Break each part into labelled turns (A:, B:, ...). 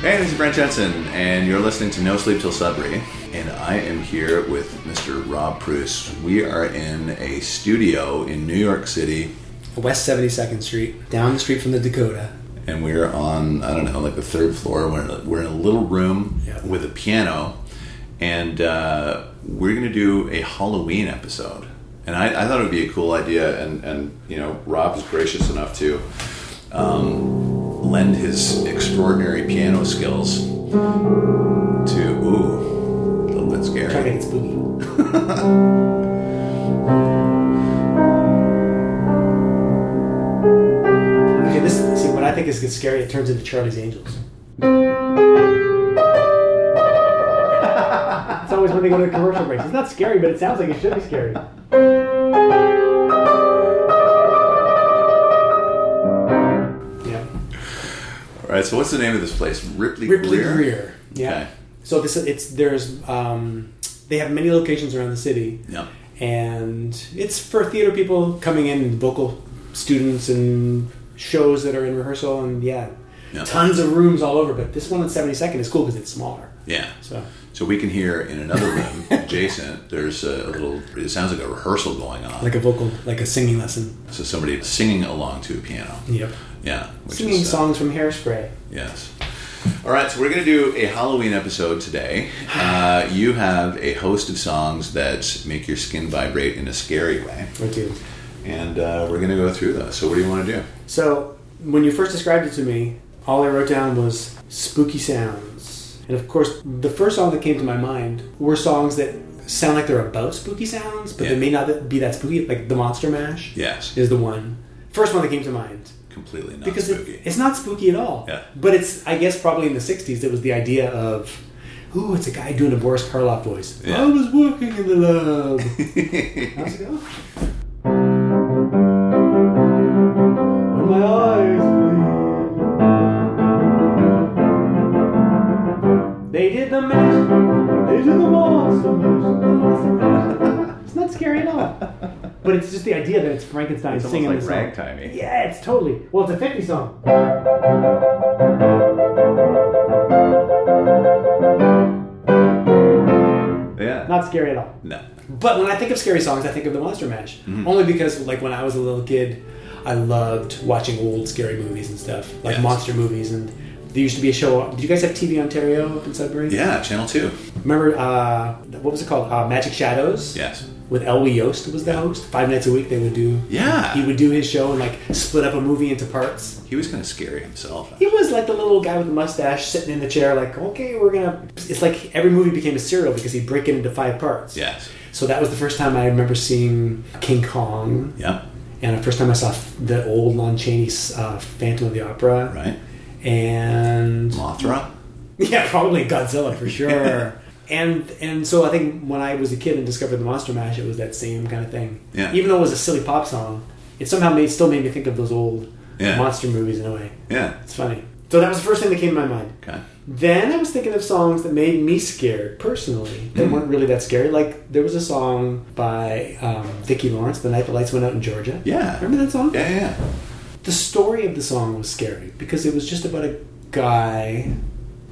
A: Hey, this is Brent Jensen, and you're listening to No Sleep Till Sudbury. And I am here with Mr. Rob Pruce. We are in a studio in New York City,
B: West 72nd Street, down the street from the Dakota.
A: and we're on, I don't know, like the third floor. We're in a, we're in a little room
B: Yeah.
A: with a piano, and uh, we're going to do a Halloween episode. And I, I thought it would be a cool idea, and, and you know, Rob was gracious enough to um, lend his extraordinary piano skills to, ooh, a little bit scary.
B: Trying to make it spooky. okay, this see what I think is scary. It turns into Charlie's Angels. it's always when they go to commercial breaks. It's not scary, but it sounds like it should be scary. Yeah.
A: All right, so what's the name of this place? Ripley,
B: Ripley
A: Greer?
B: Greer. Yeah.
A: Okay.
B: So this it's there's um, they have many locations around the city,
A: Yeah.
B: and it's for theater people coming in, vocal students, and shows that are in rehearsal, and yeah,
A: Yeah.
B: tons of rooms all over. But this one on Seventy Second is cool because it's smaller.
A: Yeah.
B: So
A: So we can hear in another room adjacent. There's a little. It sounds like a rehearsal going on.
B: like a vocal, like a singing lesson.
A: so somebody singing along to a piano.
B: Yep.
A: Yeah. Which
B: Singing
A: is, uh,
B: songs from Hairspray.
A: Yes. All right. So we're gonna do a Halloween episode today. Uh, you have a host of songs that make your skin vibrate in a scary way,
B: Or two.
A: and uh, we're gonna go through those. So what do you want to do?
B: So when you first described it to me, all I wrote down was spooky sounds. And of course, the first song that came to my mind were songs that sound like they're about spooky sounds, but
A: Yeah.
B: they may not be that spooky. Like the Monster Mash
A: Yes.
B: is the one first one that came to mind
A: Completely not
B: because it-
A: spooky.
B: it's not spooky at all.
A: Yeah.
B: But it's I guess probably in the '60s it was the idea of. Ooh, it's a guy doing a Boris Karloff voice.
A: Yeah.
B: I was working in the lab. How's it go? When my eyes bleed. They did the mash. They did the monster mash. The monster mash. It's not scary at all. But it's just the idea that it's Frankenstein
A: It's
B: singing
A: almost
B: this
A: like
B: song.
A: ragtimey.
B: Yeah, it's totally. Well, it's a 50 song.
A: Yeah.
B: Not scary at all.
A: no.
B: But when I think of scary songs, I think of the Monster Mash.
A: Mm-hmm.
B: Only because, like, when I was a little kid, I loved watching old scary movies and stuff, like
A: Yes.
B: monster movies. And there used to be a show. Did you guys have TV Ontario up in Sudbury?
A: Yeah. Channel two.
B: Remember uh, what was it called? Uh, Magic Shadows.
A: Yes.
B: With Elway Yost was the host. Five nights a week they would do.
A: Yeah.
B: He would do his show and like split up a movie into parts.
A: He was kind of scary himself.
B: He was like the little guy with the mustache sitting in the chair, like, okay, we're gonna. It's like every movie became a serial because he'd break it into five parts.
A: Yes.
B: So that was the first time I remember seeing King Kong,
A: Yeah.
B: and the first time I saw the old Lon Chaney's uh, Phantom of the Opera,
A: Right.
B: and
A: Mothra.
B: yeah, probably Godzilla for sure. and and so I think when I was a kid and discovered the Monster Mash, it was that same kind of thing.
A: Yeah.
B: Even though it was a silly pop song, it somehow made still made me think of those old
A: Yeah.
B: monster movies in a way.
A: Yeah.
B: It's funny. So that was the first thing that came to my mind.
A: Okay.
B: Then I was thinking of songs that made me scared personally
A: Mm-hmm.
B: that weren't really that scary. Like there was a song by um, Vicki Lawrence, "The Night the Lights Went Out in Georgia."
A: Yeah.
B: remember that song?
A: Yeah, yeah,
B: The story of the song was scary because it was just about a guy.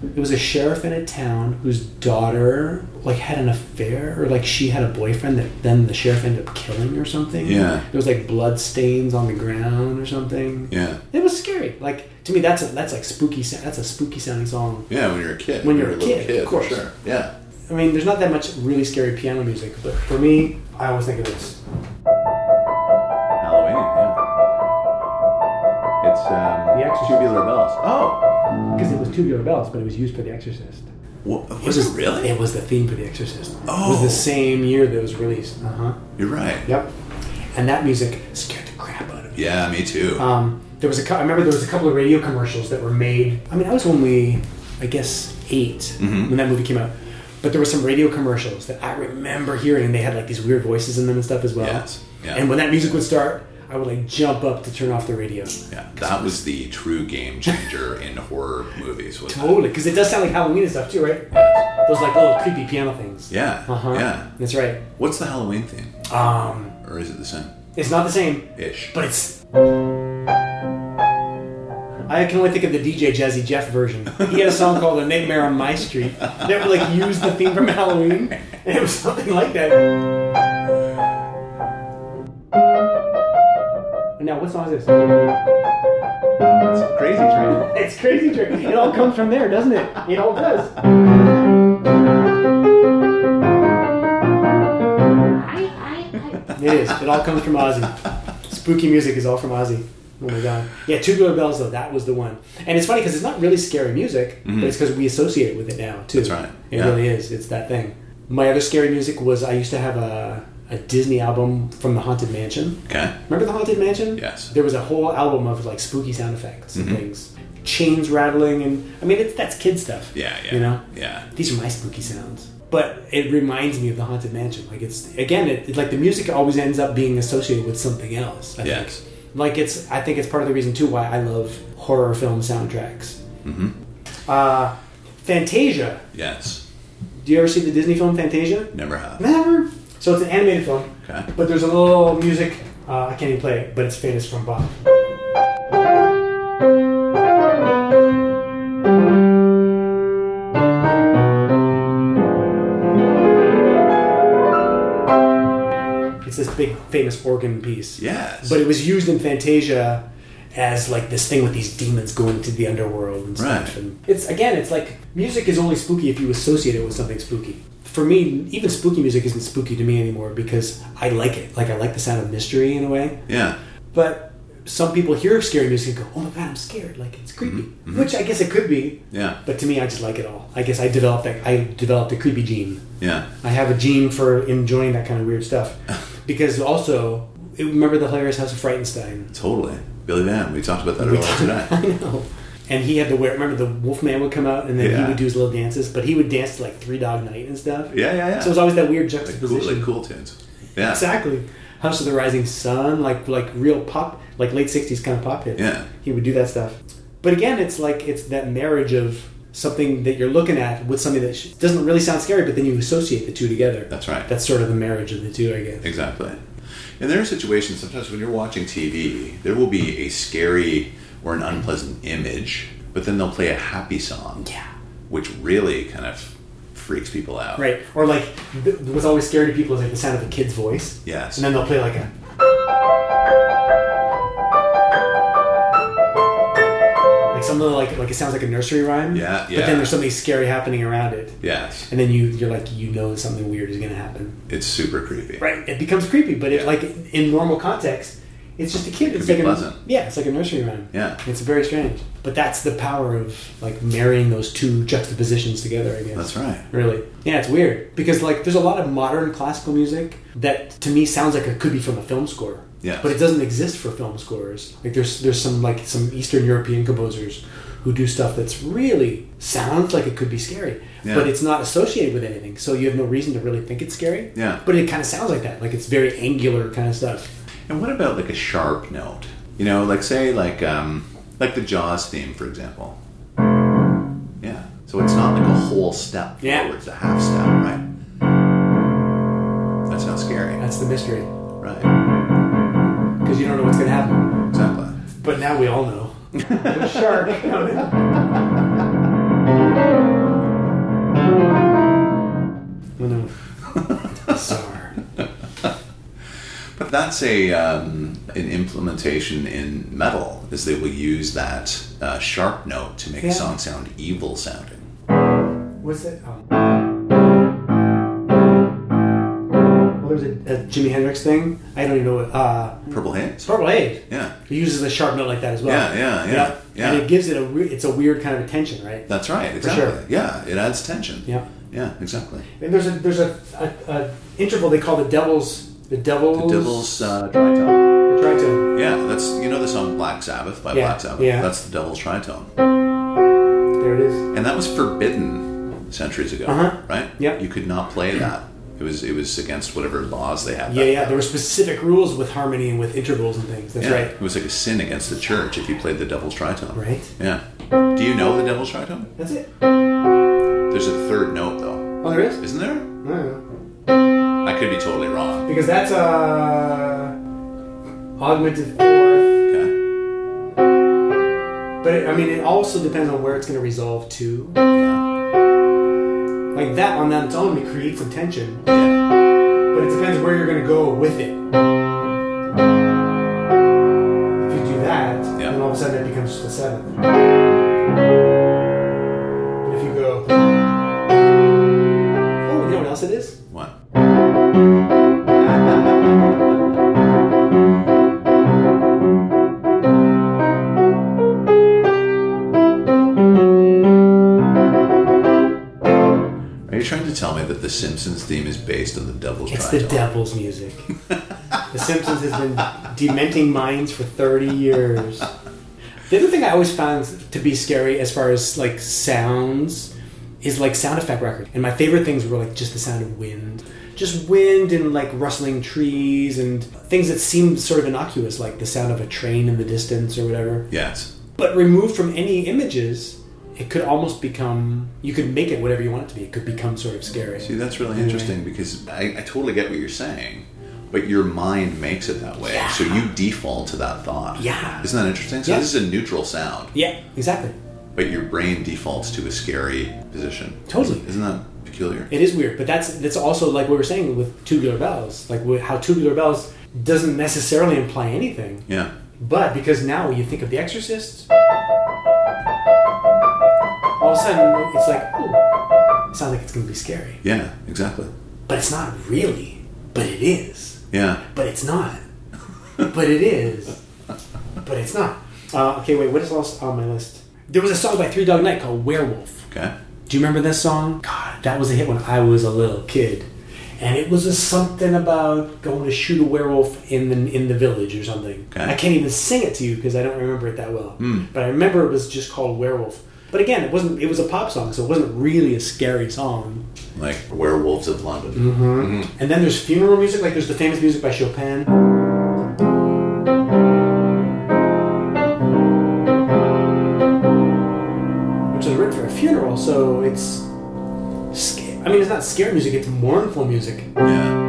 B: It was a sheriff in a town whose daughter like had an affair or like she had a boyfriend that then the sheriff ended up killing or something.
A: Yeah.
B: there was like blood stains on the ground or something.
A: yeah.
B: It was scary. Like to me, that's a, that's like spooky. sa- That's a spooky sounding song.
A: Yeah, when you're a kid.
B: When you're a
A: little
B: kid, of
A: for
B: course.
A: Sure. Yeah.
B: I mean, there's not that much really scary piano music, but for me, I always think of this.
A: Halloween, yeah. It's um,
B: The Exorcist.
A: Tubular Bells. Oh!
B: Because it was tubular bells, but it was used for The Exorcist.
A: Wha- was it really?
B: It was the theme for The Exorcist. It
A: Oh.
B: was the same year that it was released. Uh huh.
A: You're right.
B: Yep. And that music scared the crap out of me.
A: Yeah, me too.
B: Um, there was a cou- I remember there was a couple of radio commercials that were made. I mean, I was only, I guess, 8
A: Mm-hmm.
B: when that movie came out. But there were some radio commercials that I remember hearing, and they had like these weird voices in them and stuff as well.
A: Yes. Yeah.
B: And when that music would start, I would like jump up to turn off the radio.
A: yeah, that was the true game changer in horror movies. Was that?
B: Totally, because it does sound like Halloween and stuff too, right?
A: Yes.
B: Those like little creepy piano things.
A: Yeah.
B: Uh huh.
A: Yeah.
B: That's right.
A: What's the Halloween theme?
B: Um,
A: Or is it the same?
B: it's not the same,
A: Ish.
B: but it's. I can only think of the DJ Jazzy Jeff version. He had a song called "A Nightmare on My Street" that would like used the theme from Halloween, and it was something like that. Now, what song is this?
A: That's a crazy train.
B: It's Crazy Train. It all comes from there, doesn't it? It all does.
C: I, I, I,
B: It is. It all comes from Ozzy. Spooky music is all from Ozzy. Oh my god. Yeah, Tubular Bells though that was the one. And it's funny because it's not really scary music, but it's because we associate with it now too.
A: Mhm. That's right.
B: It
A: Yeah.
B: really is. It's that thing. My other scary music was I used to have a a Disney album from the Haunted Mansion.
A: Okay.
B: Remember the Haunted Mansion?
A: Yes. Mm-hmm.
B: There was a whole album of like spooky sound effects and things, chains rattling, and I mean it's, that's kid stuff.
A: Yeah, yeah.
B: You know,
A: Yeah.
B: these are my spooky sounds. But it reminds me of the haunted mansion. Like it's again, it, it- like the music always ends up being associated with something else. I
A: Yes.
B: Think. Like it's, I think it's part of the reason too why I love horror film soundtracks. Mm-hmm. Uh, Fantasia.
A: Yes.
B: Do you ever see the Disney film Fantasia?
A: Never have.
B: Never. So it's an animated film,
A: Okay.
B: but there's a little music. Uh, I can't even play it, but it's famous from Bob. It's this big famous organ piece.
A: Yes.
B: But it was used in Fantasia as like this thing with these demons going to the underworld and stuff.
A: Right.
B: And it's again, it's like music is only spooky if you associate it with something spooky. For me, even spooky music isn't spooky to me anymore because I like it. Like I like the sound of mystery in a way.
A: yeah.
B: But some people hear scary music and go, "Oh my god, I'm scared!" Like it's creepy, which I guess it could be.
A: Mm-hmm. Yeah.
B: But to me, I just like it all. I guess I developed that. I developed a creepy gene.
A: Yeah.
B: I have a gene for enjoying that kind of weird stuff. Because also, remember the hilarious House of Frightenstein?
A: Totally. Billy Van. We talked about that earlier
B: I
A: today.
B: know. And he had to wear. Remember, the Wolfman would come out, and then he
A: Yeah.
B: would do his little dances. But he would dance to like Three Dog Night and stuff.
A: Yeah, yeah, yeah.
B: So it was always that weird
A: like cool,
B: juxtaposition.
A: like cool tunes. Yeah.
B: Exactly. House of the Rising Sun, like like real pop, like late '60s kind of pop hit.
A: Yeah.
B: He would do that stuff. But again, it's like it's that marriage of something that you're looking at with something that sh- doesn't really sound scary, but then you associate the two together.
A: That's right.
B: That's sort of the marriage of the two, I guess.
A: Exactly. And there are situations sometimes when you're watching TV, there will be a scary or an unpleasant image, but then they'll play a happy song.
B: Yeah.
A: Which really kind of freaks people out.
B: Right. Or like, th- what's always scary to people is like the sound of a kid's voice.
A: Yes.
B: And then they'll play like a. Like some little like like it sounds like a nursery rhyme.
A: Yeah,
B: But
A: yeah.
B: then there's something scary happening around it,
A: Yes.
B: and then you you're like you know something weird is gonna happen.
A: It's super creepy.
B: Right. It becomes creepy, but it
A: Yeah.
B: like in normal context, it's just a kid. It's
A: be
B: like
A: pleasant.
B: a yeah, it's like a nursery rhyme.
A: Yeah.
B: It's very strange, but that's the power of like marrying those two juxtapositions together. I guess
A: That's right.
B: really yeah it's weird because like there's a lot of modern classical music that to me sounds like it could be from a film score
A: Yes.
B: but it doesn't exist for film scores like there's there's some like some eastern european composers who do stuff that's really sounds like it could be scary
A: Yeah.
B: but it's not associated with anything so you have no reason to really think it's scary
A: Yeah.
B: but it kind of sounds like that like it's very angular kind of stuff
A: And what about like a sharp note? You know, like say like um like the Jaws theme, for example. Yeah. So it's not like a whole step
B: Yeah.
A: forward, it's a half step, right? That's not scary.
B: that's the mystery
A: Right.
B: because you don't know what's going to happen
A: Exactly.
B: but now we all know The shark Oh no. Bizarre.
A: But that's a um, an implementation in metal is they will use that uh, sharp note to make
B: Yeah.
A: a song sound evil sounding.
B: What's that? Oh. Well, there's a, a Jimi Hendrix thing. I don't even know what. Uh,
A: Purple haze.
B: Purple Haze.
A: Yeah,
B: He uses a sharp note like that as well.
A: Yeah, yeah, yeah, yeah.
B: And it gives it a. Re- it's a weird kind of tension, right?
A: that's right.
B: For sure.
A: Exactly. Yeah, it adds tension.
B: Yeah.
A: Yeah, exactly.
B: And there's a there's a, a, a interval they call the devil's the devil's.
A: The Devil's uh, tritone.
B: I tried to.
A: Yeah, that's you know the song Black Sabbath by
B: Yeah,
A: Black Sabbath.
B: yeah.
A: That's the Devil's tritone,
B: There it is.
A: and that was forbidden centuries ago.
B: Uh-huh.
A: Right.
B: Yep.
A: You could not play that. It was it was against whatever laws they had.
B: Yeah,
A: back
B: yeah.
A: then.
B: There were specific rules with harmony and with intervals and things. That's
A: Yeah,
B: right.
A: It was like a sin against the church if you played the Devil's Tritone.
B: Right.
A: Yeah. Do you know the Devil's Tritone?
B: That's it.
A: There's a third note though,
B: Oh, there is.
A: isn't there?
B: I don't know.
A: I could be totally wrong.
B: Because that's uh, augmented fourth.
A: Okay.
B: But it, I mean, it also depends on where it's going to resolve to.
A: Yeah.
B: Like that on its own, it creates some tension.
A: Yeah.
B: But it depends where you're going to go with it. If you do that,
A: Yeah.
B: then all of a sudden it becomes just a seventh. If you go, oh, you know what else it is?
A: What? Are you trying to tell me that the Simpsons theme is based on the Devil's
B: It's the
A: Triangle?
B: devil's music. the Simpsons has been dementing minds for 30 years. The other thing I always found to be scary as far as like sounds is like sound effect record. And my favorite things were like just the sound of wind. Just wind and like rustling trees and things that seemed sort of innocuous, like the sound of a train in the distance or whatever.
A: Yes.
B: But removed from any images, it could almost become, you could make it whatever you want it to be. It could become sort of scary.
A: See, that's really interesting because I, I totally get what you're saying, but your mind makes it that way.
B: Yeah.
A: So you default to that thought.
B: Yeah.
A: Isn't that interesting? So
B: Yeah.
A: this is a neutral sound,
B: Yeah, exactly.
A: but your brain defaults to a scary position.
B: Totally.
A: Isn't that peculiar?
B: It is weird, but that's that's also like we were saying with tubular bells, like wh- how tubular bells doesn't necessarily imply anything,
A: yeah.
B: but because now you think of The Exorcist, all of a sudden it's like, oh, it sounds like it's gonna be scary,
A: Yeah, exactly.
B: but it's not really, but it is,
A: Yeah.
B: but it's not, but it is, but it's not. Uh, okay, wait, what is else on my list? There was a song by Three Dog Night called Werewolf.
A: Okay.
B: Do you remember this song? God, that was a hit when I was a little kid, and it was a something about going to shoot a werewolf in the in the village or something.
A: Okay.
B: I can't even sing it to you because I don't remember it that well. But I remember it was just called Werewolf. But again, it wasn't. It was a pop song, so it wasn't really a scary song.
A: Like werewolves of London.
B: And then there's funeral music, like there's the famous music by Chopin. Which is written for a funeral, so it's. sca- I mean, it's not scary music, it's mournful music.
A: Yeah.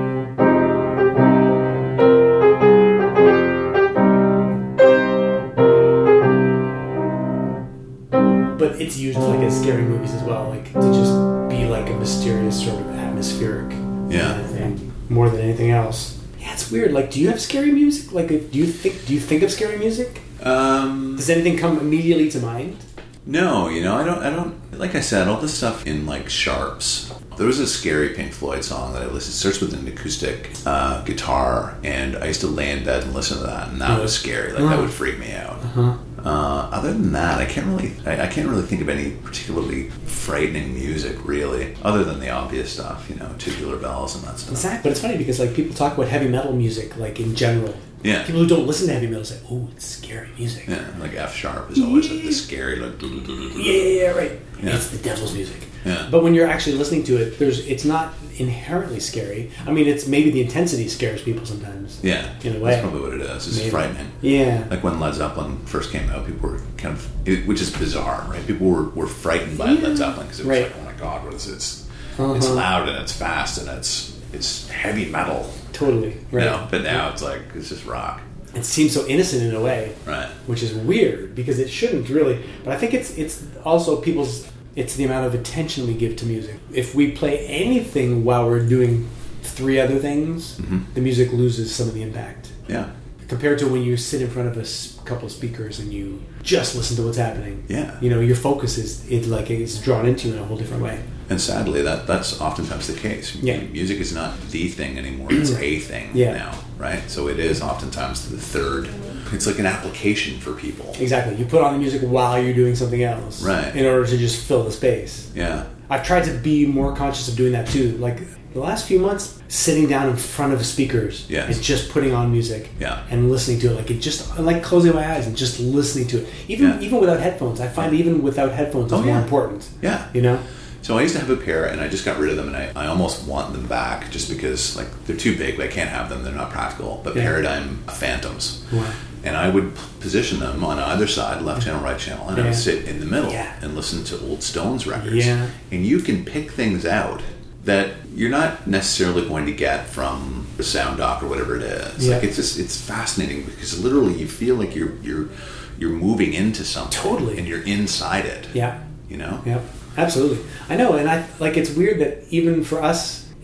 B: But it's used like in scary movies as well, like to just be like a mysterious sort of atmospheric
A: Yeah.
B: kind of thing, more than anything else. Yeah, it's weird. Like, do you have scary music? Like, do you think do you think of scary music?
A: Um,
B: Does anything come immediately to mind?
A: no, you know, I don't, I don't, like I said, all this stuff in like sharps. There was a scary Pink Floyd song that I listened. It starts with an acoustic uh, guitar, and I used to lay in bed and listen to that, and that was scary. Like that would freak me out. uh other than that, I can't really, I, I can't really think of any particularly frightening music, really, other than the obvious stuff, you know, tubular bells and that stuff.
B: Exactly. But it's funny because like people talk about heavy metal music like in general.
A: Yeah.
B: People who don't listen to heavy metal say, "Oh, it's scary music."
A: Yeah, like F sharp is always like the scary, like.
B: Yeah, yeah, yeah, right.
A: Yeah.
B: It's the devil's music.
A: Yeah.
B: But when you're actually listening to it, there's it's not inherently scary. I mean, it's maybe the intensity scares people sometimes.
A: Yeah,
B: In a way.
A: that's probably what it is. It's
B: Maybe.
A: frightening.
B: Yeah.
A: Like when Led Zeppelin first came out, people were kind of, it, which is bizarre, right? People were, were frightened by
B: Yeah.
A: Led Zeppelin because it was
B: Right. Uh-huh.
A: like, oh my god, what is this? It's loud and it's fast and it's it's heavy metal,
B: Totally.
A: you
B: Right.
A: know. But now it's like it's just rock,
B: It seems so innocent in a way.
A: right?
B: which is weird because it shouldn't really. But I think it's it's also people's it's the amount of attention we give to music. If we play anything while we're doing three other things,
A: Mm-hmm.
B: the music loses some of the impact
A: Yeah,
B: compared to when you sit in front of a s- couple of speakers and you just listen to what's happening.
A: Yeah.
B: you know your focus is it like it's drawn into you in a whole different way.
A: and sadly, that that's oftentimes the case.
B: Yeah.
A: music is not the thing anymore; it's a thing
B: Yeah.
A: now, right? So it is oftentimes the third. It's like an application for people.
B: Exactly, you put on the music while you're doing something else,
A: Right.
B: In order to just fill the space.
A: Yeah,
B: I've tried to be more conscious of doing that too. Like the last few months, sitting down in front of speakers
A: Yes.
B: and just putting on music
A: Yeah.
B: and listening to it. Like it just, I like closing my eyes and just listening to it. Even
A: Yeah.
B: even without headphones, I find even without headphones is
A: Oh,
B: more
A: yeah.
B: important.
A: yeah.
B: You know,
A: So I used to have a pair, and I just got rid of them, and I, I almost want them back just because like they're too big. I can't have them; they're not practical. But
B: Yeah.
A: Paradigm uh, Phantoms,
B: Wow.
A: and I would p- position them on either side, left channel, right channel, and I would
B: Yeah.
A: sit in the middle
B: Yeah.
A: and listen to old Stones records.
B: Yeah.
A: And you can pick things out that you're not necessarily going to get from the sound doc or whatever it is.
B: Yeah.
A: Like it's just it's fascinating because literally you feel like you're you're you're moving into something
B: Totally.
A: and you're inside it.
B: Yeah.
A: You know?
B: Yeah, absolutely. I know, and I like it's weird that even for us,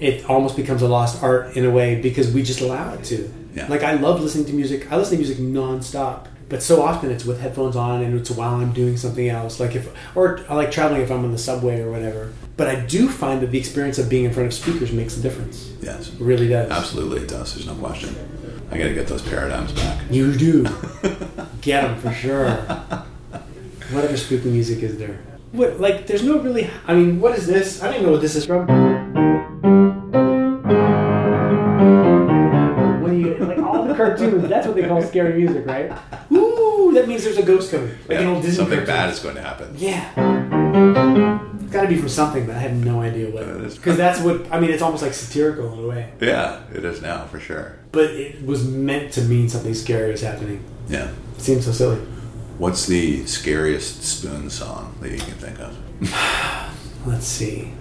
B: it almost becomes a lost art in a way because we just allow it to.
A: Yeah.
B: Like I love listening to music. I listen to music nonstop, but so often it's with headphones on and it's while I'm doing something else. Like if or I like traveling if I'm on the subway or whatever. But I do find that the experience of being in front of speakers makes a difference. It
A: Yes.
B: really does.
A: Absolutely it does. There's no question. I gotta get those paradigms back.
B: You do. Get them for sure. what other spooky music is there? What like? There's no really. I mean, what is this? I don't even know what this is from. When you like all the cartoons, that's what they call scary music, right? Ooh, that means there's a ghost coming, like an
A: Yeah,
B: old Disney
A: something
B: cartoon.
A: bad is going to happen.
B: Yeah. It's got to be from something, but I have no idea
A: Uh,
B: what.
A: that's-
B: Because that's what I mean. It's almost like satirical in a way,
A: Yeah, it is now for sure.
B: but it was meant to mean something scary is happening.
A: Yeah.
B: It seems so silly.
A: What's the scariest spoon song that you can think of?
B: Let's see.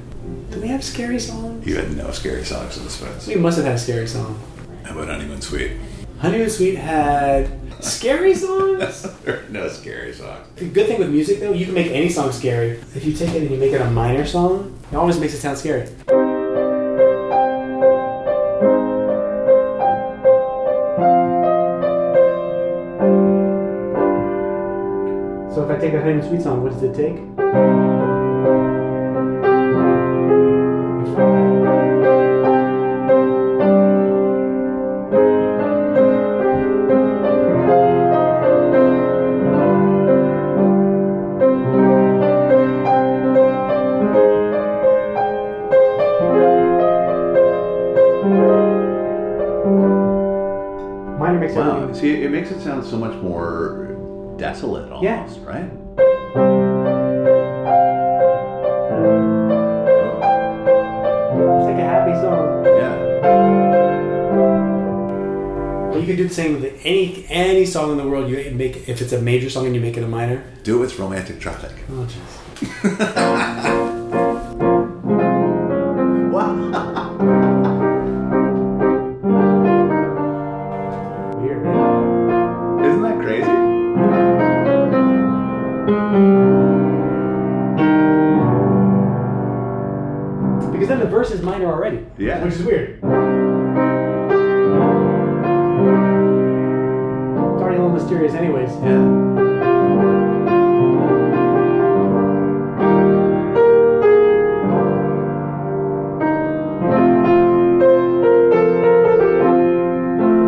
B: Do we have scary songs?
A: You had no scary songs in the spoons.
B: We must have had a scary song.
A: How about Honeymoon Sweet?
B: Honeymoon Sweet had scary songs.
A: There are no scary songs.
B: the good thing with music, though, you can make any song scary. If you take it and you make it a minor song, it always makes it sound scary. So if I take a Honeymoon Sweet song, what does it take? Minor makes everything.
A: Wow. See, it makes it sound so much more desolate
B: Yeah.
A: almost, right?
B: It's like a happy song.
A: Yeah.
B: Well, you could do the same with any any song in the world. You make if it's a major song and you make it a minor.
A: Do it with romantic traffic.
B: Oh jeez.
A: Wow.
B: Weird. Right?
A: Isn't that crazy?
B: Because then the verse is minor already.
A: Yeah.
B: Which is weird. It's already a little mysterious, anyways.
A: Yeah.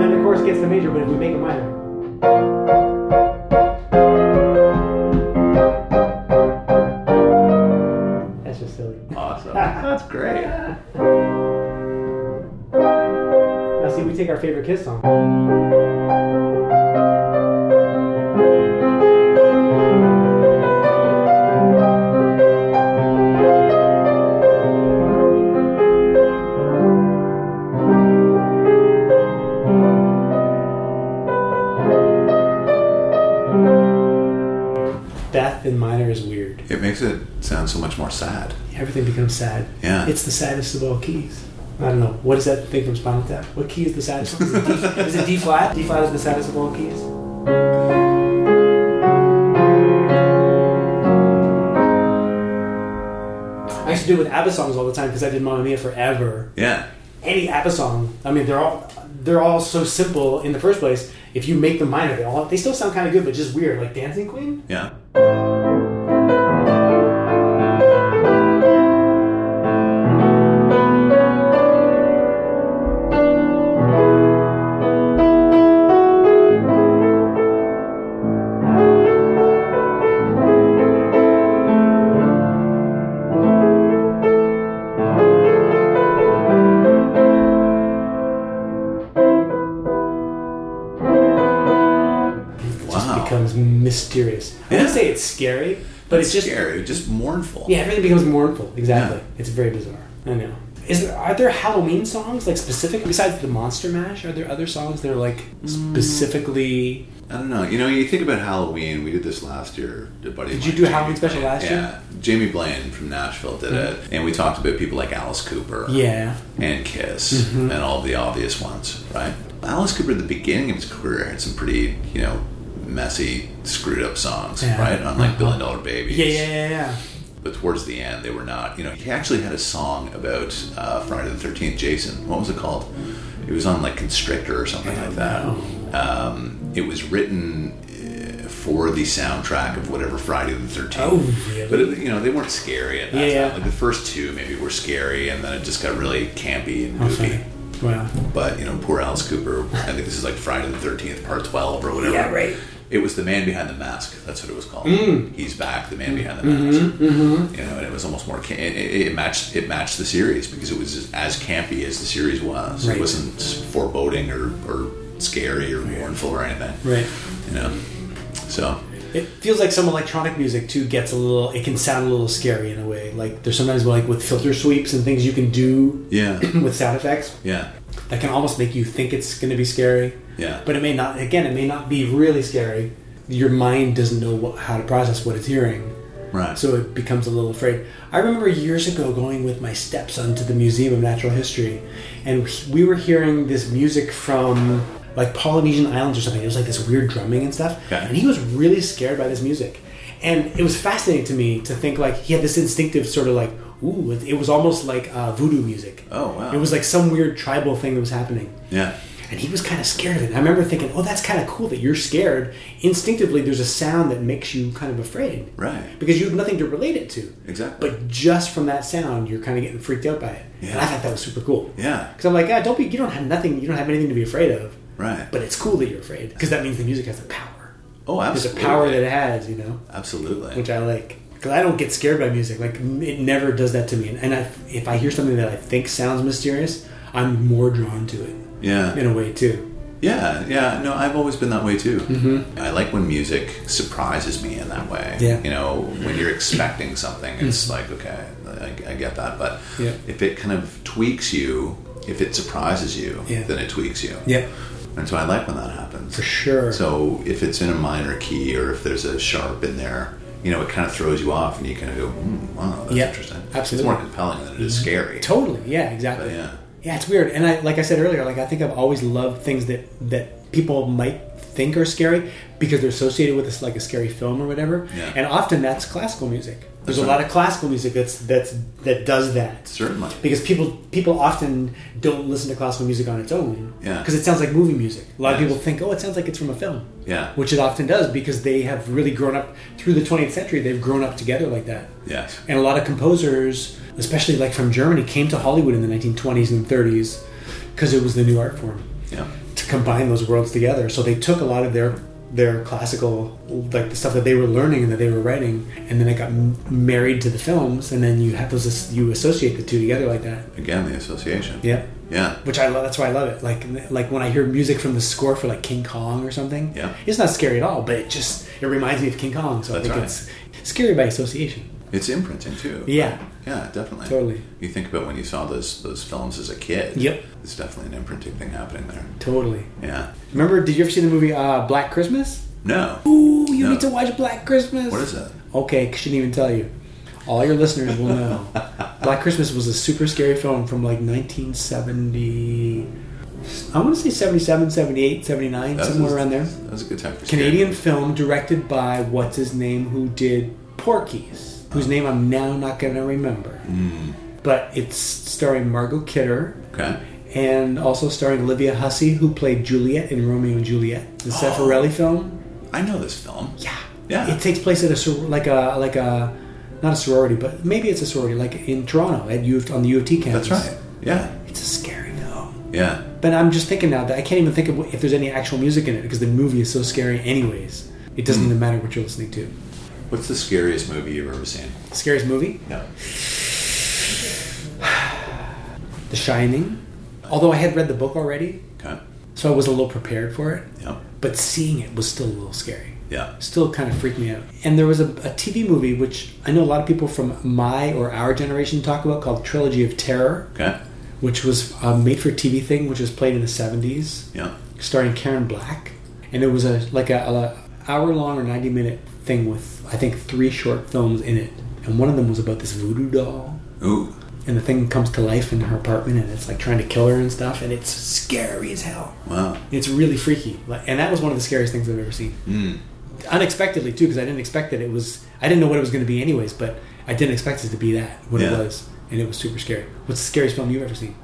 B: Then the chorus gets the major, but if we make it minor. That's just silly.
A: Awesome. That's great.
B: Now, see, we take our favorite Kiss song. Beth in minor is weird.
A: It makes it sound so much more sad.
B: Everything becomes sad.
A: Yeah.
B: It's the saddest of all keys. I don't know. What is that thing from Spinal Tap? What key is the saddest one? Is it D, is it D flat? D flat is the saddest of all keys. I used to do it with ABBA songs all the time because I did Mamma Mia forever.
A: yeah.
B: Any ABBA song, I mean, they're all they're all so simple in the first place. If you make them minor, they all they still sound kind of good, but just weird. Like Dancing Queen.
A: Yeah.
B: just
A: Wow.
B: becomes mysterious. I wouldn't
A: Yeah.
B: say it's scary, but it's, just
A: scary, just mournful.
B: yeah, everything becomes mournful. Exactly,
A: Yeah.
B: it's very bizarre. I know. Is there are there Halloween songs like specific besides the Monster Mash? Are there other songs that are like specifically
A: I don't know. You know, you think about Halloween. We did this last year. A buddy of
B: Did you
A: mine,
B: do a
A: Jamie
B: Halloween special
A: Blaine-
B: last year?
A: Yeah. Jamie Blaine from Nashville did it, and we talked about people like Alice Cooper
B: Yeah. Mm-hmm.
A: and Kiss and all the obvious ones, right? Alice Cooper, at the beginning of his career, had some pretty, you know, messy, screwed up songs,
B: Yeah. Uh-huh.
A: right? On like Billion Dollar Babies.
B: Yeah, yeah, yeah, yeah.
A: But towards the end, they were not. You know, he actually had a song about uh, Friday the Thirteenth. Jason, what was it called? It was on like Constrictor or something like that. Um, it was written uh, for the soundtrack of whatever Friday the Thirteenth.
B: Oh, really?
A: But it, you know, they weren't scary at that
B: Yeah.
A: time. Like the first two maybe were scary, and then it just got really campy and goofy.
B: Okay. Wow.
A: But you know, poor Alice Cooper. I think this is like Friday the Thirteenth, Part Twelve, or whatever.
B: Yeah, right. Mm.
A: It was the man behind the mask. That's what it was called. He's back. The man
B: Mm-hmm.
A: behind the mask. You know, and it was almost more. Ca- it, it it matched. It matched the series because it was as campy as the series was.
B: Right.
A: It wasn't foreboding or, or scary or mournful or anything.
B: Right.
A: You know. So
B: It feels like some electronic music too gets a little. It can sound a little scary in a way. Like there's sometimes like with filter sweeps and things you can do
A: yeah,
B: with sound effects
A: yeah,
B: that can almost make you think it's going to be scary.
A: yeah.
B: But it may not. Again, it may not be really scary. Your mind doesn't know what, how to process what it's hearing,
A: right.
B: so it becomes a little afraid. I remember years ago going with my stepson to the Museum of Natural History, and we were hearing this music from like Polynesian Islands or something. It was like this weird drumming and stuff,
A: Okay.
B: and he was really scared by this music. And it was fascinating to me to think like he had this instinctive sort of like ooh, it it was almost like uh, voodoo music.
A: Oh, wow.
B: It was like some weird tribal thing that was happening
A: yeah,
B: and he was kind of scared of it. And I remember thinking, "Oh, that's kind of cool that you're scared." Instinctively, there's a sound that makes you kind of afraid,
A: Right.
B: Because you have nothing to relate it to,
A: Exactly.
B: But just from that sound, you're kind of getting freaked out by it, and I
A: Yeah.
B: thought that was super cool.
A: Yeah.
B: because I'm like, ah, don't be. You don't have nothing. You don't have anything to be afraid of,
A: right.
B: but it's cool that you're afraid because that means the music has the power.
A: oh,
B: There's a
A: absolutely.
B: power that it has, you know,
A: absolutely.
B: which I like. Because I don't get scared by music. Like m- it never does that to me. And, and I, if I hear something that I think sounds mysterious, I'm more drawn to it
A: yeah.
B: in a way too.
A: Yeah, yeah. No, I've always been that way too. I like when music surprises me in that way.
B: Mm-hmm. Yeah. Mm-hmm.
A: You know, when you're expecting something, it's like, okay, I, I get that. But
B: Yeah.
A: if it kind of tweaks you, if it surprises you,
B: Yeah.
A: then it tweaks you.
B: Yeah.
A: And so I like when that happens.
B: For sure.
A: So if it's in a minor key or if there's a sharp in there, you know, it kind of throws you off and you kind of go, hmm, wow, that's
B: Yeah,
A: interesting.
B: absolutely. Mm-hmm.
A: It's more compelling than it is scary.
B: Totally. Yeah. Exactly.
A: But yeah.
B: Yeah, it's weird. And I, like I said earlier, like I think I've always loved things that that people might think are scary because they're associated with this like a scary film or whatever.
A: Yeah.
B: And often that's classical music. There's
A: That's
B: a lot
A: right.
B: of classical music that's that's that does that.
A: Certainly.
B: Because people people often don't listen to classical music on its own.
A: Yeah.
B: Because it sounds like movie music. A lot of
A: Yes.
B: people think, oh, it sounds like it's from a film.
A: Yeah.
B: Which it often does because they have really grown up through the 20th century. They've grown up together like that.
A: Yes.
B: And a lot of composers, especially like from Germany, came to Hollywood in the 1920s and 30s because it was the new art form
A: Yeah.
B: to combine those worlds together. So they took a lot of their their classical, like the stuff that they were learning and that they were writing, and then it got m- married to the films, and then you have those you associate the two together like that.
A: Again, the association.
B: Yeah.
A: Yeah.
B: Which I love. That's why I love it. Like, like when I hear music from the score for like King Kong or something,
A: Yeah.
B: it's not scary at all. But it just it reminds me of King Kong, so
A: That's
B: I think
A: right.
B: it's scary by association.
A: It's imprinting too.
B: Yeah.
A: Yeah, definitely.
B: Totally.
A: You think about when you saw those those films as a kid.
B: Yep.
A: It's definitely an imprinting thing happening there.
B: Totally.
A: Yeah.
B: Remember, did you ever see the movie uh, Black Christmas?
A: No.
B: Ooh, you
A: No.
B: need to watch Black Christmas.
A: What is that?
B: Okay, shouldn't even tell you. All your listeners will know. Black Christmas was a super scary film from like 1970. I want to say 77, 78, 79,
A: That was-
B: somewhere around there.
A: That was a good time for scary.
B: Canadian film directed by what's his name who did Porky's, whose name I'm now not going to remember.
A: Hmm.
B: But it's starring Margot Kidder
A: Okay.
B: and also starring Olivia Hussey, who played Juliet in Romeo and Juliet, the Zeffirelli film.
A: I know this film.
B: Yeah,
A: Oh. Yeah.
B: It takes place at a sor- like a like a not a sorority, but maybe it's a sorority, like in Toronto at U on the U of T campus.
A: That's right. Yeah.
B: It's a scary film.
A: Yeah.
B: But I'm just thinking now that I can't even think of if there's any actual music in it because the movie is so scary. Anyways, it
A: Hmm.
B: doesn't even matter what you're listening to.
A: What's the scariest movie you've ever seen?
B: Scariest movie?
A: No.
B: The Shining. Although I had read the book already,
A: Okay.
B: so I was a little prepared for it.
A: Yeah.
B: But seeing it was still a little scary.
A: Yeah.
B: still kind of freaked me out. And there was a, a TV movie which I know a lot of people from my or our generation talk about called Trilogy of Terror,
A: Okay.
B: which was a made for TV thing which was played in the 70s,
A: Yeah.
B: starring Karen Black. and it was a like a, a hour long or ninety minute thing with I think three short films in it, and one of them was about this voodoo doll,
A: Ooh.
B: and the thing comes to life in her apartment, and it's like trying to kill her and stuff, and it's scary as hell.
A: Wow.
B: It's really freaky, like, and that was one of the scariest things I've ever seen.
A: Mm.
B: Unexpectedly too, because I didn't expect that it was. I didn't know what it was going to be anyways, but I didn't expect it to be that what it
A: Yeah.
B: was, and it was super scary. What's the scariest film you've ever seen?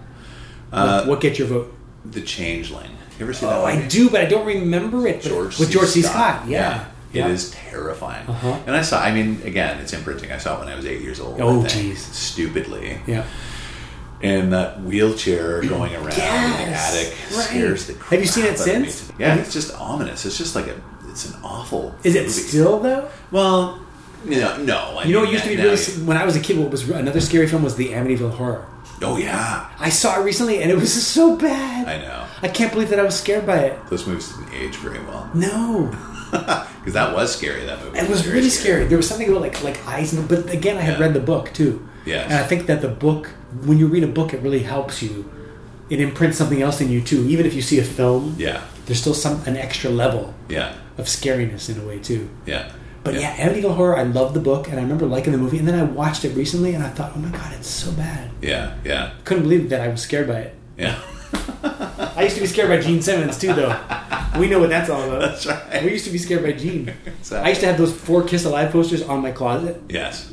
A: Uh,
B: what, what gets your vote?
A: The Changeling. You ever see that?
B: Oh, I
A: movie?
B: do, but I don't remember it. but-
A: George
B: with George C. Scott, yeah.
A: It
B: Yeah.
A: is terrifying.
B: Uh-huh.
A: And I saw, I mean, again, it's imprinting. I saw it when I was eight years old. I
B: Oh,
A: think,
B: jeez.
A: Stupidly.
B: Yeah.
A: And that wheelchair going around
B: Yes,
A: the attic
B: right.
A: scares the
B: Have
A: crap
B: you seen it
A: out of me.
B: since?
A: Yeah,
B: Have you-
A: it's just ominous. It's just like a, it's an awful.
B: Is it
A: movie.
B: still though?
A: Well, no, no. I
B: You know,
A: mean,
B: it used to be
A: now
B: really.
A: you-
B: When I was a kid, what was another scary film was the Amityville Horror.
A: Oh yeah,
B: I saw it recently, and it was just so bad.
A: I know.
B: I can't believe that I was scared by it.
A: Those movies didn't age very well
B: No,
A: because that was scary. That movie.
B: it was
A: very
B: really scary. There was something about like like eyes, and but again, I had
A: Yeah.
B: read the book too.
A: Yes.
B: and I think that the book, when you read a book, it really helps you. It imprints something else in you too. Even if you see a film,
A: Yeah,
B: there's still some an extra level
A: yeah,
B: of scariness in a way too.
A: yeah.
B: But yeah, Amityville Horror, I loved the book and I remember liking the movie. And then I watched it recently and I thought, oh my god, it's so bad.
A: yeah, yeah,
B: Couldn't believe that I was scared by it.
A: yeah.
B: I used to be scared by Gene Simmons too, though. We know what that's all about.
A: That's right.
B: We used to be scared by Gene.
A: Exactly.
B: I used to have those four Kiss Alive posters on my closet.
A: Yes.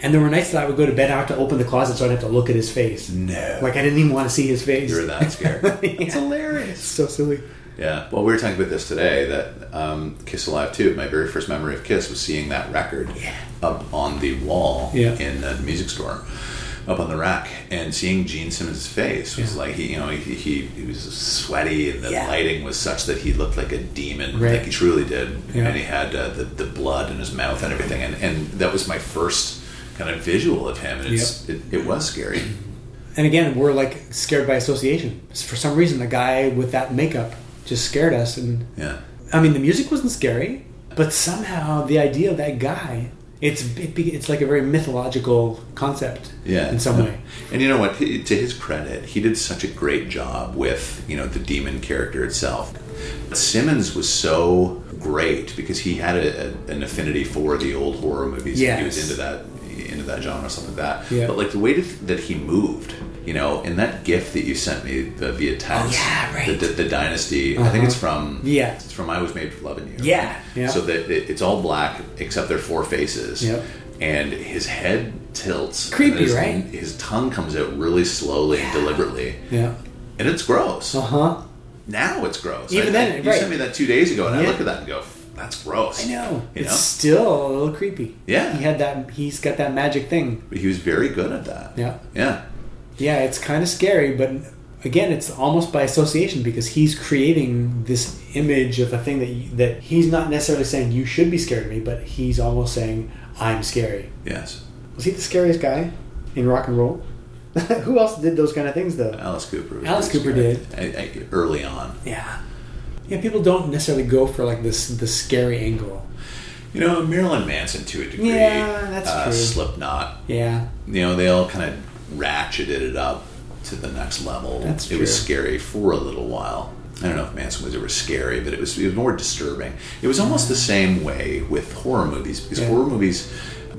B: And there were nights that I would go to bed and I have to open the closet so I'd have to look at his face.
A: No.
B: Like I didn't even want to see his face.
A: you're that scared. It's hilarious.
B: so silly.
A: Yeah. Well, we were talking about this today that um, Kiss Alive 2, my very first memory of Kiss was seeing that record up on the wall
B: Yeah.
A: in the music store, up on the rack, and seeing Gene Simmons' face was
B: Yeah.
A: like, he, you know, he, he, he was sweaty and the
B: Yeah.
A: lighting was such that he looked like a demon,
B: Right.
A: like he truly did.
B: Yeah.
A: And he had uh, the, the blood in his mouth and everything. And, and that was my first kind of visual of him. And it's, it, it was scary.
B: And again, we're like scared by association. For some reason, the guy with that makeup just scared us and
A: Yeah.
B: I mean, the music wasn't scary, but somehow the idea of that guy, it's it, be- it's like a very mythological concept
A: yeah
B: in some
A: yeah.
B: way.
A: and you know what He- to his credit he did such a great job with you know the demon character itself simmons was so great because he had a, a, an affinity for the old horror movies Yeah, he was
B: Yes.
A: into that into that genre or something like that
B: Yeah.
A: but like the way that that he moved you know and that gift that you sent me the, via text
B: Oh, yeah, right. Uh-huh.
A: the, the, the dynasty i think it's from
B: Yeah.
A: it's from i was made for loving you
B: Yeah, yeah.
A: so that it, it's all black except their four faces
B: Yep.
A: and his head tilts
B: Creepy,
A: and his-
B: right?
A: his tongue comes out really slowly and deliberately,
B: Yeah.
A: and it's gross.
B: Uh huh.
A: Now it's gross.
B: Even
A: I-
B: then,
A: I- you
B: right.
A: sent me that two days ago, and I
B: Yeah.
A: look at that and go, "That's gross."
B: I know.
A: You
B: it's
A: know,
B: still a little creepy.
A: Yeah.
B: He had that. He's got that magic thing.
A: but he was very good at that.
B: Yeah.
A: yeah,
B: Yeah. It's kind of scary, but again, it's almost by association because he's creating this image of a thing that you, that he's not necessarily saying you should be scared of me, but he's almost saying I'm scary.
A: yes.
B: Was he the scariest guy in rock and roll? Who else did those kind of things though?
A: Alice Cooper. Was
B: Alice
A: pretty
B: Cooper
A: scary. I, I, early on.
B: Yeah. Yeah, people don't necessarily go for like this the scary angle.
A: You know, Marilyn Manson to a degree.
B: Yeah, that's
A: uh,
B: true.
A: Slipknot.
B: Yeah.
A: You know, they all kind of ratcheted it up to the next level.
B: That's
A: it was
B: true.
A: scary for a little while. I don't know if Manson was ever scary, but it was, it was more disturbing. It was almost the same way with horror movies because
B: Yeah.
A: horror movies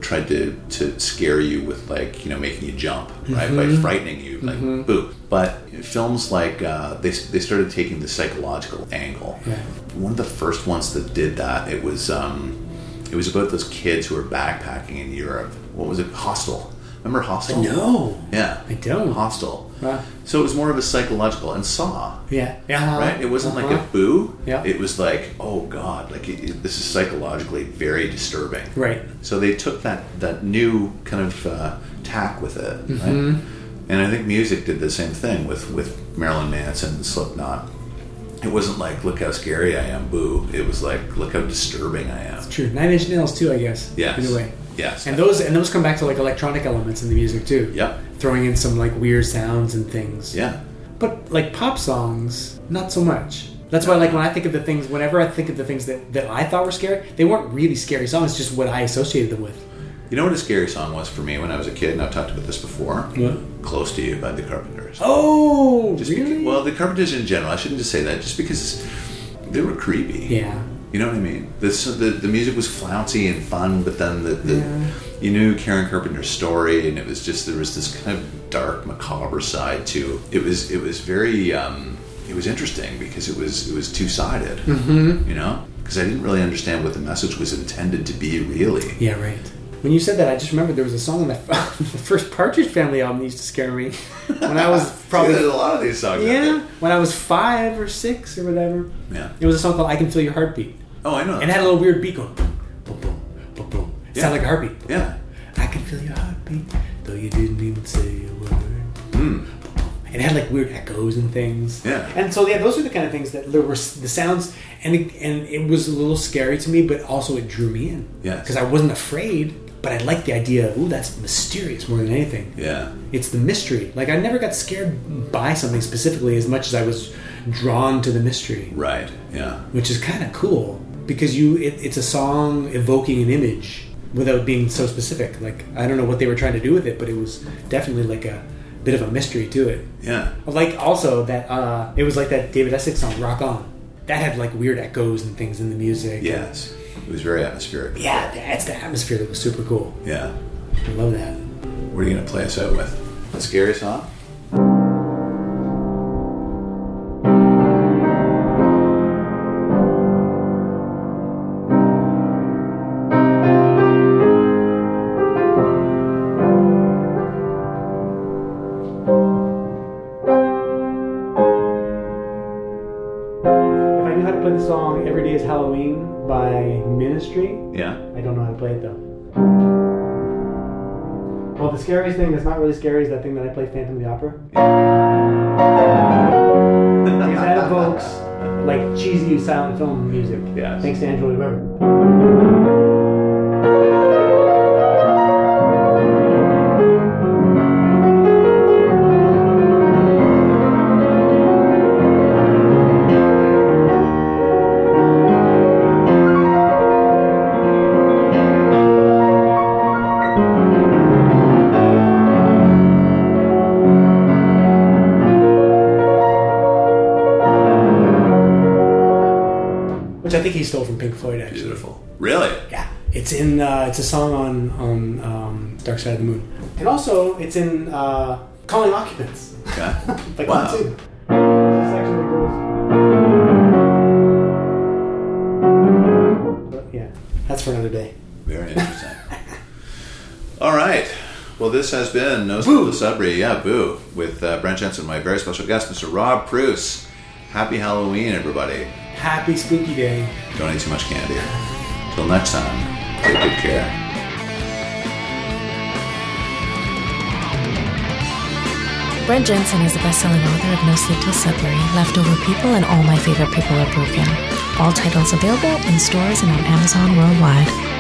A: tried to, to scare you with like you know making you jump right
B: Mm-hmm.
A: by frightening you like boo. But films like uh, they they started taking the psychological angle.
B: Yeah.
A: One of the first ones that did that it was um, it was about those kids who were backpacking in Europe. What was it? Hostel. Remember Hostel?
B: No.
A: Yeah.
B: I don't.
A: Hostel.
B: Wow.
A: So it was more of a psychological and Saw.
B: Yeah. Yeah.
A: Right? It wasn't like
B: Uh-huh.
A: a boo.
B: Yeah.
A: It was like, oh God, like it, it- this is psychologically very disturbing.
B: Right.
A: So they took that that new kind of uh, tack with it. Right?
B: Mm-hmm.
A: And I think music did the same thing with with Marilyn Manson and Slipknot. It wasn't like, look how scary I am, boo. It was like, look how disturbing I am.
B: True. Nine Inch Nails too, I guess.
A: Yes.
B: Either way.
A: Yes.
B: And those and those come back to like electronic elements in the music too.
A: Yep.
B: Throwing in some like weird sounds and things.
A: Yeah.
B: But like pop songs, not so much. That's why like when I think of the things whenever I think of the things that, that I thought were scary, they weren't really scary songs, just what I associated them with.
A: You know what a scary song was for me when I was a kid, and I've talked about this before.
B: What?
A: Close to You by the Carpenters.
B: Oh
A: Just
B: really?
A: beca- well, the Carpenters in general. I shouldn't just say that. Just because they were creepy.
B: Yeah.
A: You know what I mean? The, so the, the music was flouncy and fun, but then the, the
B: Yeah.
A: you knew Karen Carpenter's story, and it was just there was this kind of dark, macabre side to it. Was it was very um, it was interesting because it was it was two sided. Mm-hmm. You know, because I didn't really understand what the message was intended to be really.
B: Yeah, right. When you said that, I just remembered there was a song on the, the first Partridge Family album that used to scare me. When I was
A: See, there's
B: probably
A: a lot of these songs. out
B: yeah,
A: there.
B: when I was five or six or whatever.
A: yeah.
B: It was a song called "I Can Feel Your Heartbeat,"
A: Oh, I know.
B: and it had a little weird beat going boom, boom, boom, boom, boom. It
A: Yeah.
B: sounded like a heartbeat.
A: yeah.
B: I can feel your heartbeat, though you didn't even say a word.
A: Mm.
B: And it had like weird echoes and things.
A: Yeah.
B: And so yeah, those are the kind of things that there were s- the sounds, and it, and it was a little scary to me, but also it drew me in.
A: Yes.
B: Because I wasn't afraid, but I liked the idea of ooh, that's mysterious more than anything.
A: Yeah.
B: It's the mystery. Like I never got scared by something specifically as much as I was drawn to the mystery
A: Right. Yeah.
B: which is kind of cool because you it, it's a song evoking an image without being so specific like i don't know what they were trying to do with it but it was definitely like a bit of a mystery to it
A: Yeah.
B: like also that uh it was like that david essex song rock on that had like weird echoes and things in the music
A: Yes. It was very atmospheric.
B: yeah that's the atmosphere that was super cool
A: Yeah.
B: i love that
A: What are you gonna play us out with? A scary song?
B: if i knew how to play the song every day is halloween by ministry
A: Yeah.
B: I don't know how to play it though. Well, the scariest thing that's not really scary is that thing that I play Phantom of the Opera. Because that evokes like cheesy silent film music.
A: Yes.
B: Thanks to Andrew Lloyd Webber. Which I think he stole from Pink Floyd actually.
A: Beautiful. Really?
B: Yeah. It's in uh, it's a song on on um, Dark Side of the Moon. And also it's in uh, Calling Occupants.
A: Yeah.
B: Like
A: Wow.
B: that too. This section that goes- But yeah, that's for another day.
A: Very interesting. All right. Well, this has been No Sleep to Sudbury. Yeah, boo. With uh, Brent Jensen, my very special guest, Mr. Rob Pruce. Happy Halloween, everybody.
B: Happy spooky day.
A: Don't eat too much candy. Till next time, take good care.
D: Brent Jensen is the best-selling author of No Sleep Till Sudbury, Leftover People, and All My Favorite People Are Broken. All titles available in stores and on Amazon worldwide.